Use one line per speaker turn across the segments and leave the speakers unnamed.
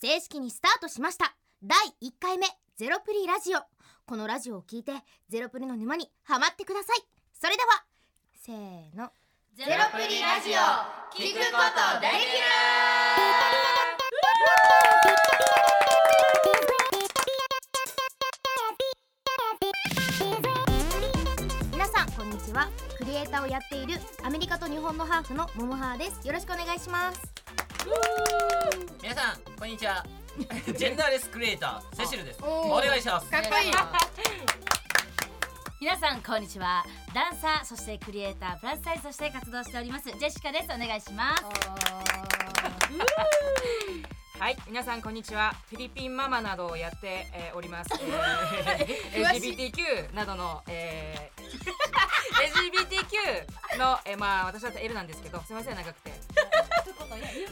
正式にスタートしました第1回目ゼロプリラジオこのラジオを聞いてゼロプリの沼にはまってくださいそれではせーの
ゼロプリラジオ聞くことできる
皆さんこんにちはクリエイターをやっているアメリカと日本のハーフのモモハーですよろしくお願いします
皆さんこんにち はジェンダーレスクリエイターセシルですお願いし ます
かっこいい
皆さんこんにちはダンサーそしてクリエイタープラスサイズとして活動しておりますジェシカですお願いします
はい、皆さんこんにちは。フィリピンママなどをやって、えーおります。えー LGBTQ などの、えー LGBTQ の、えーまあ私だったら L なんですけど、すみません長くて。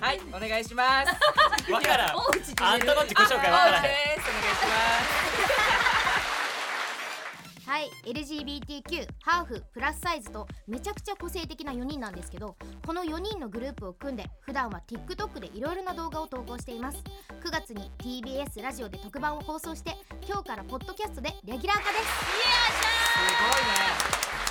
はい、お願いします。
わからん
大内
あんたの自己紹介わ
あ
から
で
へん
す。お願いします。
はい LGBTQ ハーフプラスサイズとめちゃくちゃ個性的な4人なんですけどこの4人のグループを組んで普段は TikTok でいろいろな動画を投稿しています9月に TBS ラジオで特番を放送して今日からポッドキャストでレギュラー化です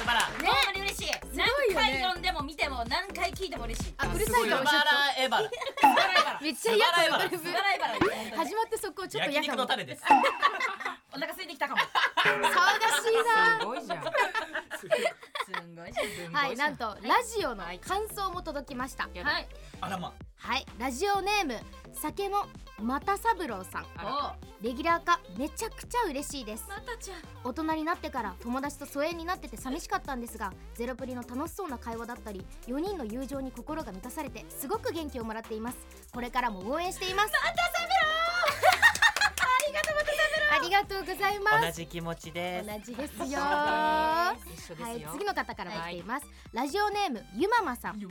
素晴ら
ね、ほんまに嬉しい何回読んでも見ても何回聞いても嬉しい
あ、うる
す
さ
ご
い
い
か
素
もち
晴
ょっ
らエバラ
と。めっちゃ嫌
素晴
だ
ら
よ
し
グ
い
ループ
笑い笑い
始まってそこちょっと
焼
嫌か
肉の
も。
タレです
お腹空いてきたかも
騒がしいな。
すごいじゃん。
すんごいは
はいなんとラジオの感想も届きました
やだ
い
あらま
はいラジオネーム酒も又三郎さん
あ
お
ら
レギュラー化めちゃくちゃ嬉しいです
またちゃん
大人になってから友達と疎遠になってて寂しかったんですがゼロプリの楽しそうな会話だったり4人の友情に心が満たされてすごく元気をもらっていますこれからも応援していますまたサブロ ありがとうございます
じ気持ちで
同じですよ
あ
は
ー一緒です
い
よ。
次の方から来ています、ラジオネームゆままさん9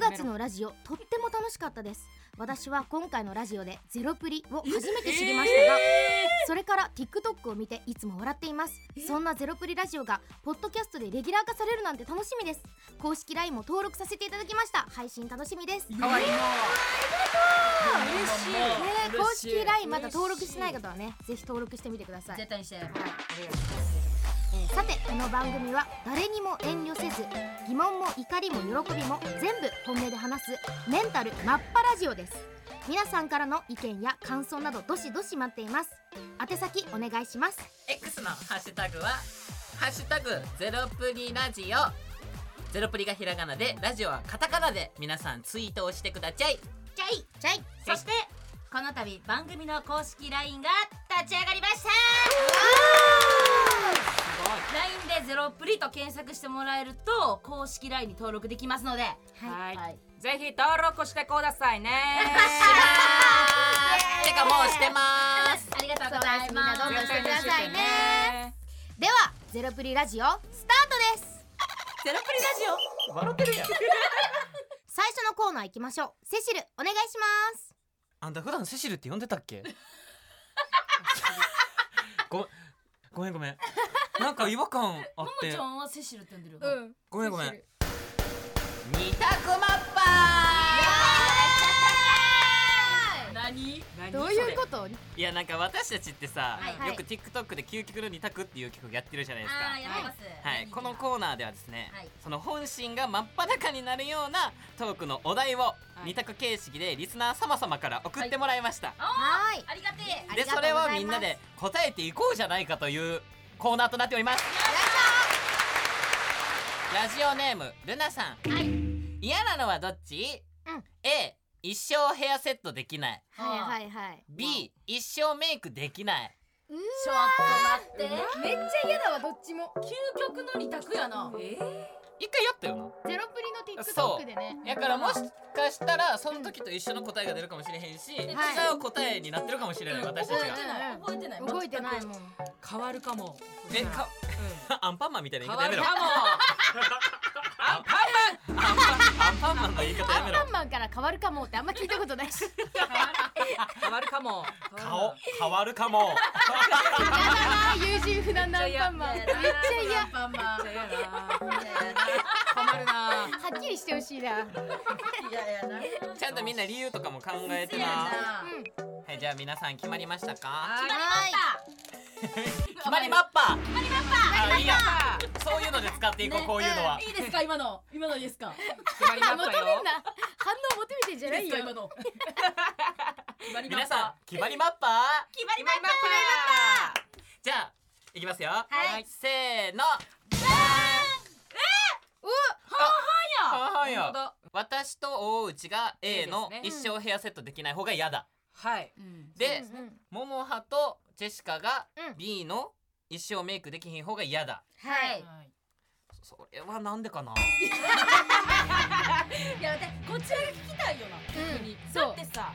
月のラジオとっても楽しかったです私は今回のラジオでゼロプリを初めて知りましたが、それから TikTok を見ていつも笑っていますそんなゼロプリラジオがポッドキャストでレギュラー化されるなんて楽しみです公式 LINE も登録させていただきました配信楽しみです
可愛い。
ねえ公式 LINE まだ登録してない方はねぜひ登録してみてください
絶対にして
さてこの番組は誰にも遠慮せず疑問も怒りも喜びも全部本音で話すメンタルマッパラジオです皆さんからの意見や感想などどしどし待っています宛先お願いします
X のハッシュタグはハッシュタグゼロプリラジオゼロプリがひらがなでラジオはカタカナで皆さんツイートをしてください
じゃい
じゃい
そしてこの度番組の公式 LINE が立ち上がりました LINE で「ゼロプリ」と検索してもらえると公式 LINE に登録できますので
はい
はい
ぜひ登録してくださいね。
てかもうしてます
ありがとうございます
そうですみんなどんどんしてくださいね
ね。
ではゼロプリラジオスタートです
ゼロプリラジオ
笑ってるやん
最初のコーナー行きましょうセシルお願いします
あんた普段セシルって呼んでたっけ ごごめんごめんなんか違和感あっ
もも
て
ちゃんはセシルって呼んでるよ
う
な、
ん。
ごめんごめん
二択マッパ
何
どういうこと
ーいやなんか私たちってさ、
はい
はい
よく TikTok で究極の二択っていう曲やってるじゃないですか
あーやってます
はい、このコーナーではですね、
はい
その本心が真っ裸になるようなトークのお題を
い
二択形式でリスナー様様から送ってもらいました、
あ
はい
ーありがてえ
あり
で
が
そう
とござ
れ
います
をみんなで答えていこうじゃないかというコーナーとなっておりますラジオネームルナさん、
はい
嫌なのはどっち、
うん
A 一生ヘアセットできない
はいはいはい
B 一生メイクできない
ちょっと待って
めっちゃ嫌だわどっちも。
究極の二択やなえ
一回やったよな
ゼロプリの
そう
TikTok でね。
だからもしかしたらその時と一緒の答えが出るかもしれへんし、違う答えになってるかもしれない私たちが
覚えてない覚えてな
動
い
いてないもん。
変わるかも。
えか アンパンマンみたいな
変
言い方や
わる
め
か
ろ
も。
アンパンマンアンパンマンの言い方や
ア
め
ン
ろ
パンマンから変わるかもってあんま聞いたことないし。
変わるかも。
顔変わるかも
あー友人不断なアンパンマン。めっちゃ嫌。は
パンマン
嫌やな。困るな。
っきりしてほしいな。
いやいやな
ちゃんとみんな理由とかも考えて
や
な
な
うん。
えじゃあ皆さん決まりましたか
は
決まり
決まりマッパーあいいや
さあ
そういうので使っていこう
ね
こういうのはい
いですか今の今のいいですか
決まりま
求め
し
ん
たよ
な反応求めてんじゃないよ今の
皆さん決まりマッパー
決ま
決ま
りまし
りま
た
した
じゃあいきますよ
はい
せーの
は
半々
い
よ私と大内が A の
A で
一
す
ね
生ヘアセットできない方が嫌だ
はい
で
うんうん
ももはとジェシカが
うん
B の一生メイクできひん方が嫌だ
はい
そそれはなんでかない
やだってこちらが聞きたいよな
うん
そう
だってさ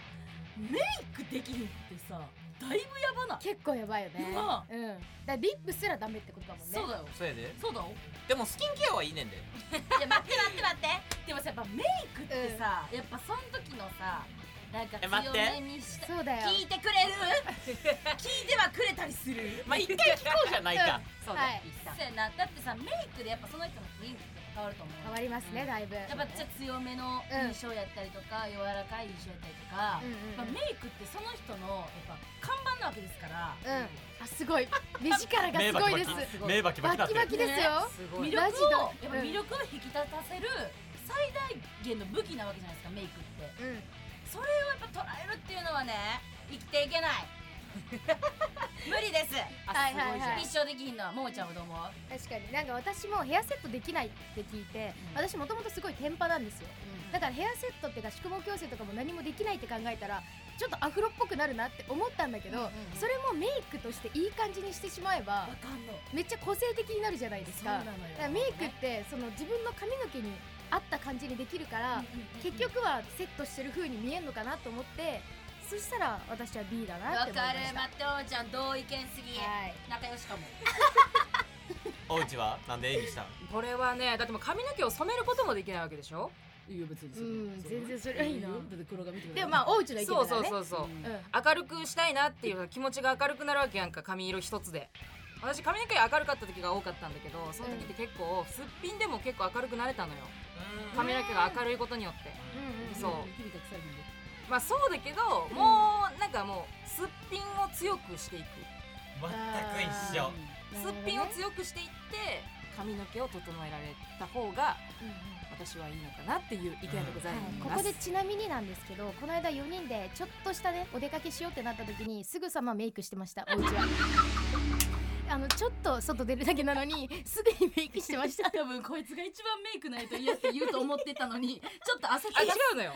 メイクできるってさだいぶやばな
結構やばいよね
な
うんだからリップすらダメってことだもんね
だよ
それで
そうだよ
でもスキンケアはいいねんで
いや待って待って待って
でもさやっぱメイクって
うん
さやっぱその時のさなんか
え待
強
って
めにした
そうだよ
聞いてくれ る聞いてはくれたりする
まあ一回聞こうじゃない か
そうだ
はい
一旦
そうやなだってさメイクでやっぱその人の雰囲気って変わると思う
変わりますねだいぶ
やっぱちょっと強めの印象やったりとか、柔らかい印象やったりとか、
うんうん
やっぱメイクってその人のやっぱ看板なわけですから、
うんあすごい目力がすごいです
目バキバキだ
バ
っ
キバキ
て
ですよ
すご
魅
い
力
マジ
を
だ
やっぱ
うん
魅力を引き立たせる最大限の武器なわけじゃないですかメイクって
うん
それをやっぱ捉えるっていうのはね生きていけない 無理です
はいはいはい
一生できひんのはももちゃんはどう思う
確かになんか私もヘアセットできないって聞いて、
うん
私もともとすごいテンパなんですよだからヘアセットっていうか宿毛矯正とかも何もできないって考えたらちょっとアフロっぽくなるなって思ったんだけど、
うんうんうん
それもメイクとしていい感じにしてしまえば
わかんの
めっちゃ個性的になるじゃないです
そう
か
なのよ
だからメイクってその自分の髪の毛に合った感じにできるから、結局はセットしてる風に見えるのかなと思ってそしたら私は B だなって
わ
思いま
かる
した
待っておちゃん同意見すぎ
はい
仲良しかも
おうちはなんで演技したの
これはねだってもう髪の毛を染めることもできないわけでしょ
いいよ別に
うん全然それはいいな
よだって黒髪とか
でもまあ大内の意見だ
そ
か
う
ら
そう
ね
そう
う
そう
ん
明るくしたいなっていう気持ちが明るくなるわけやんか髪色一つで私髪の毛明るかった時が多かったんだけどその時って結構すっぴんでも結構明るくなれたのよ髪の毛が明るいことによって
うんうん
そう
君たくさんいるんで
まあそうだけどもうなんかもうすっぴんを強くしていく
全く一
な
緒
る
す
ほど
っ
ね
ぴんを強くしていって髪の毛を整えられた方が
うんうん
私はいいのかなっていう意見でござい
はい、こ
ます、
こでちなみになんですけどこの間4人でちょっとしたねお出かけしようってなった時にすぐさまメイクしてま したおうちはあのちょっと外出るだけなの にすぐにメイクしてました
多分こいつが一番メイクないと嫌って言うと思ってたのにちょっと焦
あ
っ
違
て
うのよ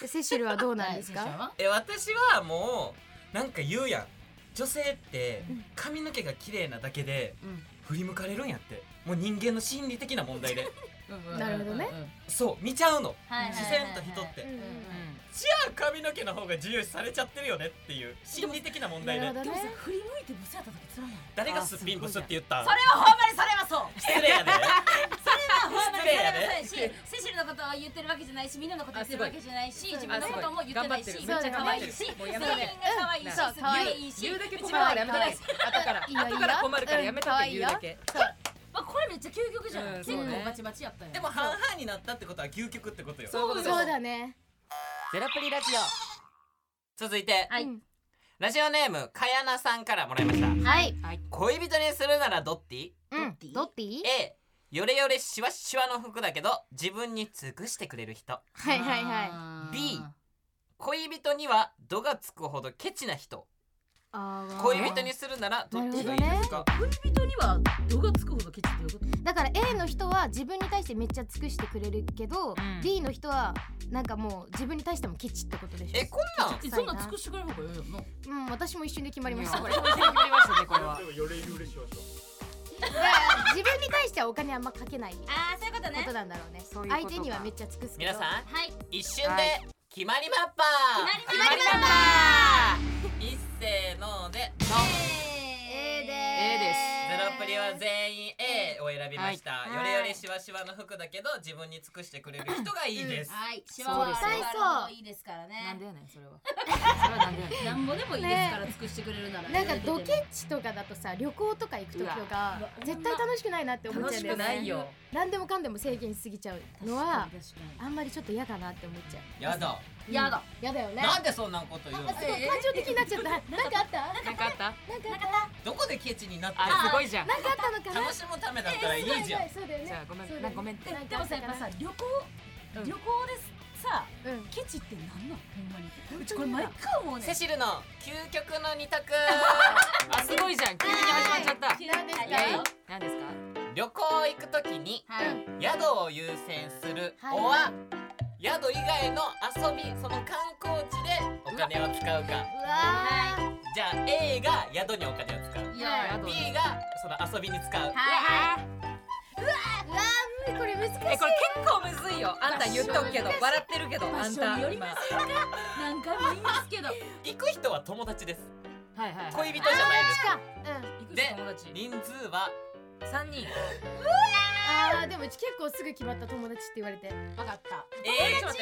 でセシルはどうなんです
はい
か
え私はもうなんか言うやん女性って髪の毛が綺麗なだけで
うん
振り向かれるんやってもう人間の心理的な問題 で
なるほどね
そう見ちゃうの
はいはいはいは
視
い
線と人って
うんうん
じゃあ髪の毛の方が重要視されちゃってるよねっていう心理的な問題
な
で
で
るほど
もさ
ね
振り向いてブスやった時辛い
誰がすっぴんブスって言ったん
それはほんまにそれはそう
失礼 やで
ほんまにそれは
失
そうやしセシルのことを言ってるわけじゃないしみんなのこと言ってるわけじゃないし
あす
自
ごい
分のことも言ってないしめっ
す
ち
ごい
ゃ可愛いし
す
全
ごい
員
頑
が
張ってる
可愛いし
そう可愛い
いいし
言うだけ困
一
る
番
からやめたい後か
可愛い
ら
いいよ
後から困るからやめたっ
い
て
い
言
よ
うだけ
まあこれめっちゃ究極じゃん
うん
結
そう
構
ね
バチバチやったよ
でも半々になったってことは究極ってことよ
そういうことです
そうだね
ゼロプリラジオ続いて
はい
うん
ラジオネームかやなさんからもらいました
はい
恋人にするならどっち
うんドッティ
A よれよれしわしわの服だけど自分に尽くしてくれる人
はいはいはい
い
B 恋人には度がつくほどケチな人
あー
恋人にするならどっちがいいですか、
恋人には度がつくほどケチってどういうこと
だから A の人は自分に対してめっちゃ尽くしてくれるけど、
ん
D の人はなんかもう自分に対してもケチってことでしょ
えこんなん
えそんなん尽くしてくれる方がいいよな
うん私も一瞬で決まりました
これ決まりましたねこれは
だから自分に対してはお金あんまかけないこ
ああそういうことね
となんだろうね
そういうこと
相
か
手にはめっちゃ尽くすけど
皆さん
はい
一瞬
は
で
い
決まりマッパー
決まりマッパ
ー一せーので
A で
A です
ゼロプリは全員 A を選選びました、
はい
よれよれしわしわの服だけど自分に尽くしてくれる人がいいです、
はい、シワは
そうで
よ
す
ある方いいですから
なんでや
ね。
ねんそれはそれはなんでやねん
なんぼでもいいですから、尽くしてくれるなら。
なんかドケッチとかだとさ旅行とか行く時とか
うわ
絶対楽しくないなって思っ
楽
ちゃう
し
んだよ
く
ね
ないよ
何でもかんでも制限しすぎちゃうのは
確かに確か
あんまりちょっと嫌だなって思っちゃう
やだ
にやだ。
嫌だよね
なんでそんなこと言うの
あすごい感情的になっちゃったなんかあった
なんかあった
なんかあっ
どこでケチになってる
あすごいじゃん
たなんかあったのかな
楽しむためだったらいいじゃん
そうだよね
じゃあごめん
そうだよ
な
ね
ごめん
ででもさ、やっぱさ、旅行、
う
旅
ん
行です。さ、
うん
ケチってなんなの、ほんまに。うちこれ毎回思うねん。
セシルの究極の二択
あすごいじゃん急に始まっちゃった
なんですか
イエイ何ですか
旅行行くときに
はい。
宿を優先する、
はい
おは宿以外の遊びその観光地でお金を使うか
うわー
じゃあ A が宿にお金を使う
いや。
宿
B がその遊びに使う
はいはい。
うわーこれ難しい
えこれ結構むずいよあんた言っとくけど笑ってるけどあん
場所
た
により
今
ま何回も言いますけど。
行く人は友達です
はいはい
恋人じゃないです
かうん
行く
で
友達
人数は
三人
あーでもうち結構すぐ決まった友達って言われては
わかった。
えちょっと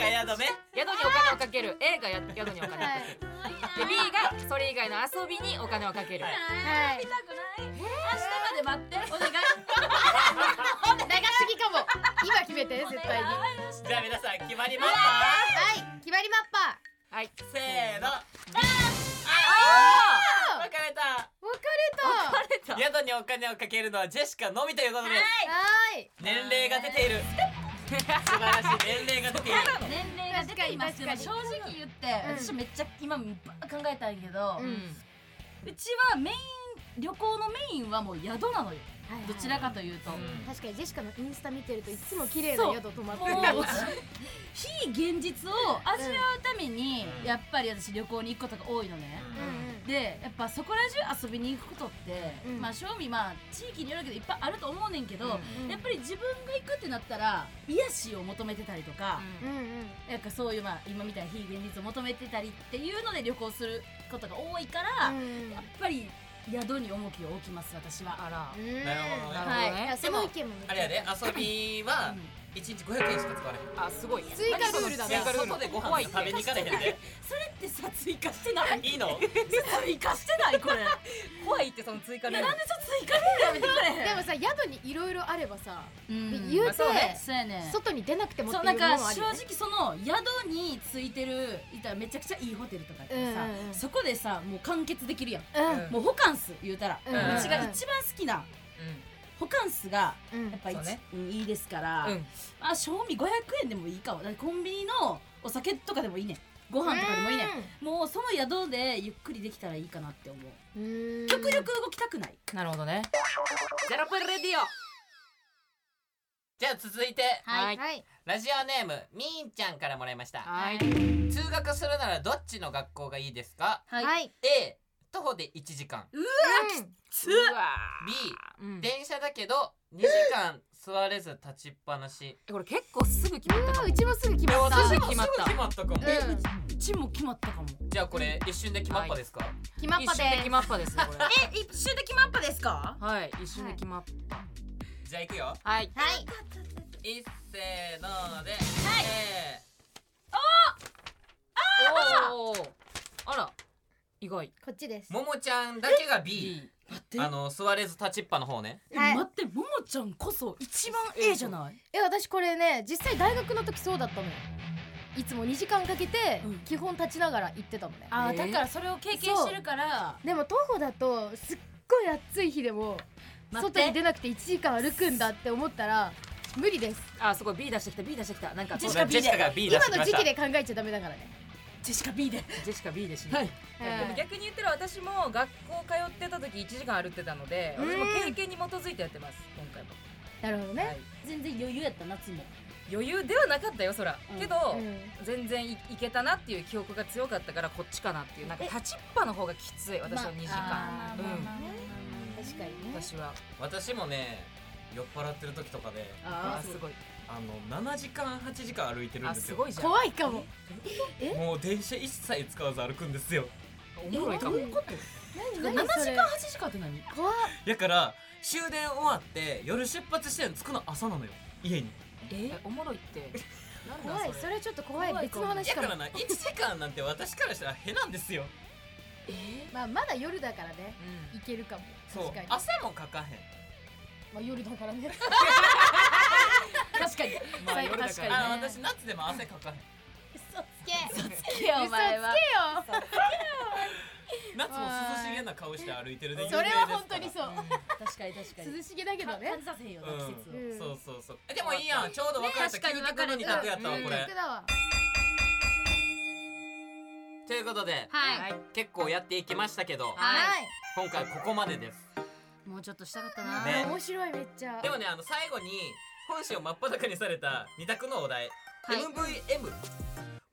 A,
待
A
って
が宿ね
宿にお金をかける A がや宿にお金をかけ
い
るで B がそれ以外の遊びにお金をかける
はい
痛くない。明日まで待って。お願
長す
い。
ぎかも今決めて絶対には
じゃあ皆さん決まりました
い決まりマッパ
はい
せーの
あ
分かれた
ー分かれ
ーあ
宿にお金をかけるのはジェシカのみということです
たはい
年齢が出ている素晴らしい年齢が出ている
年齢が出ていますけど正
確
直言って、
うん
私めっちゃ今ばーっ考えたんやけど、
う
うんちはメイン旅行のメインはもう宿なのよ
はいはい
どちらかというと、
確かにジェシカのインスタ見てるといつも綺麗な宿泊まってる
もう非現実を味わうために、やっぱり私旅行に行くことが多いのね、
うん
でやっぱそこら中遊びに行くことって、
うん
まあ正味まあ地域によるけどいっぱいあると思うねんけど、
うん
やっぱり自分が行くってなったら癒しを求めてたりとか、
うんうん
なんかそういうまあ今みたいな非現実を求めてたりっていうので旅行することが多いから、やっ
うん
ぱり宿に重きを置きます私は。
ら
うん
なるほどね
なるほど
い
ね
やその意見も
あれやで遊びは
うん
1日500円しか使われへん
あすごい
追加ルールだ
い
ね
や
追加ルール
外でご飯食べに行かれへんで
それってさ追加してない
いいの
追加してないこれ
怖いってその追加ルー
え
ル
なんでさ追加ルールやめてくれへん
でもさ宿にいろいろあればさ
うん
言うて
そうね
そうやね
外に出なくてもって
そ
いうう
な
の
ん
もある
か
よね
正直その宿についてるいたらめちゃくちゃいいホテルとかやったら
うん
さ、
うんうん
そこでさもう完結できるやん、
うん
もうホカンス言うたら、う
うん
うん
ちが一番好きなホカンスが
うん
やっぱ一
そうね
うんいいですから、
うん
あ賞味500円でもいいかもだからコンビニのお酒とかでもいいねんご飯とかでもいいねんもうその宿でゆっくりできたらいいかなって思う
うん
極力動きたくない
なるほどねゼロプルレディオ
じゃあ続いて
はい
はい
ラジオネームみーんちゃんからもらいました
はい
通学するならどっちの学校がいいですか
はい
はい
A 徒歩で1時間
うん
つうわ
B
うん
電車だけど2時間座れず立ちっぱなし
これ結構すぐ決まったか
あ
も
うちもすぐ決まっ
いや
た
私も決まった
すぐ決まったかも
うん
うちも決まったかも
じゃあこれ一瞬で決まったですか
決まっ
一
た
瞬で
で
決まったですねこれ
え一周で決まったですか
はい一瞬で決まっ
じゃあいくよ
たはい
はい
いっせーので A
おーあら意外
こっちです
ももちゃんだけが B
B
待って
あの座れず立ちっぱの方ね
え
はい
待ってももちゃんこそ一番 A じゃない
え私これね実際大学の時そうだったのよいつも2時間かけて
うん
基本立ちながら行ってたのね、
あ
え
ー
ー
だからそれを経験してるから
でも徒歩だとすっごい暑い日でも
待って
外に出なくて1時間歩くんだって思ったら無理です
あすごい B 出してきた B 出してきたなんか
ジ
ジ
ェシ
ェ
カ B で
ジェシカが B 出
今
してき
の
まし
時
た
期で考えちゃダメだからね
ジェシカ B で
シカ B でし
は
ね
い
でも逆に言ってる私も学校通ってた時1時間歩ってたので
うん
私も経験に基づいてやってます今回も、
なるほど
は
ね、
い
全然余裕やった夏も
余裕ではなかったよそら、
うん
けど、
うん
全然いいけたなっていう記憶が強かったからこっちかなっていうなんか立ちっぱの方がきつい私は2時間、
まあ
うん
まあまあまあ
確かにね
私は
私もね酔っ払ってる時とかで
あ
あー
す
す
ごい
あの7時間8時間歩いてるん
あ
です
す
よ
ごいじゃん
怖いかも
もう電車一切使わず歩くんですよ
おもろいかも
えどういうこと
7時間8時間って何
怖っ
だから終電終わって夜出発して着くの朝なのよ家に
えおもろいってなんだ
怖いそれちょっと怖い
怖い
別の話
だ
か
から
も
な1時間なんて私からしたらへなんですよ
え
まあまだ夜だからね
う
いけるかも
そう
確かにま
汗もかかへん
あ夜だからね
確かにまあ夜だからね
あの私夏でも汗かかへん
つけ
んいやお前は
夏も涼しげな顔して歩いてるで有名
それ
です
は
から
本当にそう
確かに確かに
涼しげだけどね
感じさせへんよな季節を、
うん
うん
そうそうそうえでもいいやんちょうど分かれた
ね確かに分かれた
究極の二択やったわ
うん
こ
逆
れ
だわ
ということで
はい
い
結構やっていきましたけど
はい
今回ここまでです
もうちょっとしたかった
あ
な、
ね
ー面白いめっちゃ
でもねあの最後に本心を真っ裸にされた二択のお題、
はい
MVM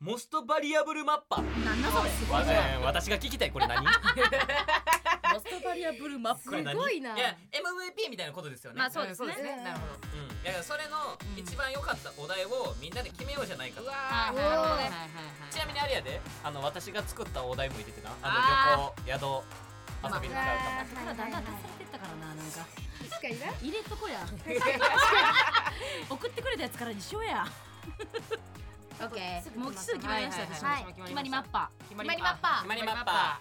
モストバリアブルマッパ
なんだそれすごい
わ
じゃん
ね私が聞きたいこれ何
モストバリアブルマッ
これ
す
何
ごいない
や MVP みたいなことですよね、
まあそうですそうですね
うん
なるほ
うん、だからそれの一番良かったお題をみんなで決めようじゃないかと
どうわ
ー
ーなるほどね
ちなみにあれやであの私が作ったお題も入れてなあ
あ
の旅行宿遊びに使うかも
だからだんだん出されてったからななんか
確かにな
入れとこや送ってくれたやつからにしようや
オッケー
もうすぐ決まりました、
はいはい
私
はい
はい
私も
決まりマッパ
決
決まりマッパ
決まりマッパ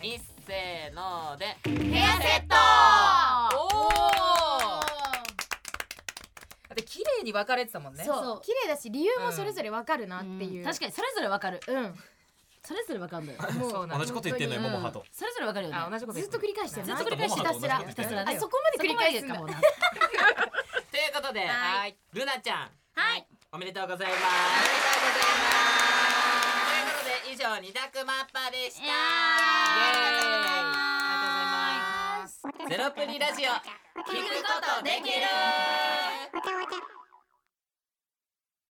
ーいっせーので
ヘアセット
おおだって綺麗に分かれてたもんね
そ
そう
う綺麗だし理由もそれぞれわかるなっ
っててい
いうう
確かにそれぞれわかる
にうん
それぞれわかるんだよ
もう
もう
なんだ
同じこと言ってんのよ
本当
も
に
もはと
それぞれわかるよね
あ同じこと
ずっと繰り返してる
ず
な
と
っ
繰り返して
ひたすら
ひ
ひ
た
た
す
す
ら
ら
ね
あそこまで繰り返すんだ
そこまでかもな
ということで、
はい
ルナちゃん
はい
おめでとうございますということで以上二択マッパでした
ありがとうございます
イエーイゼロプリラジオ聞くことできる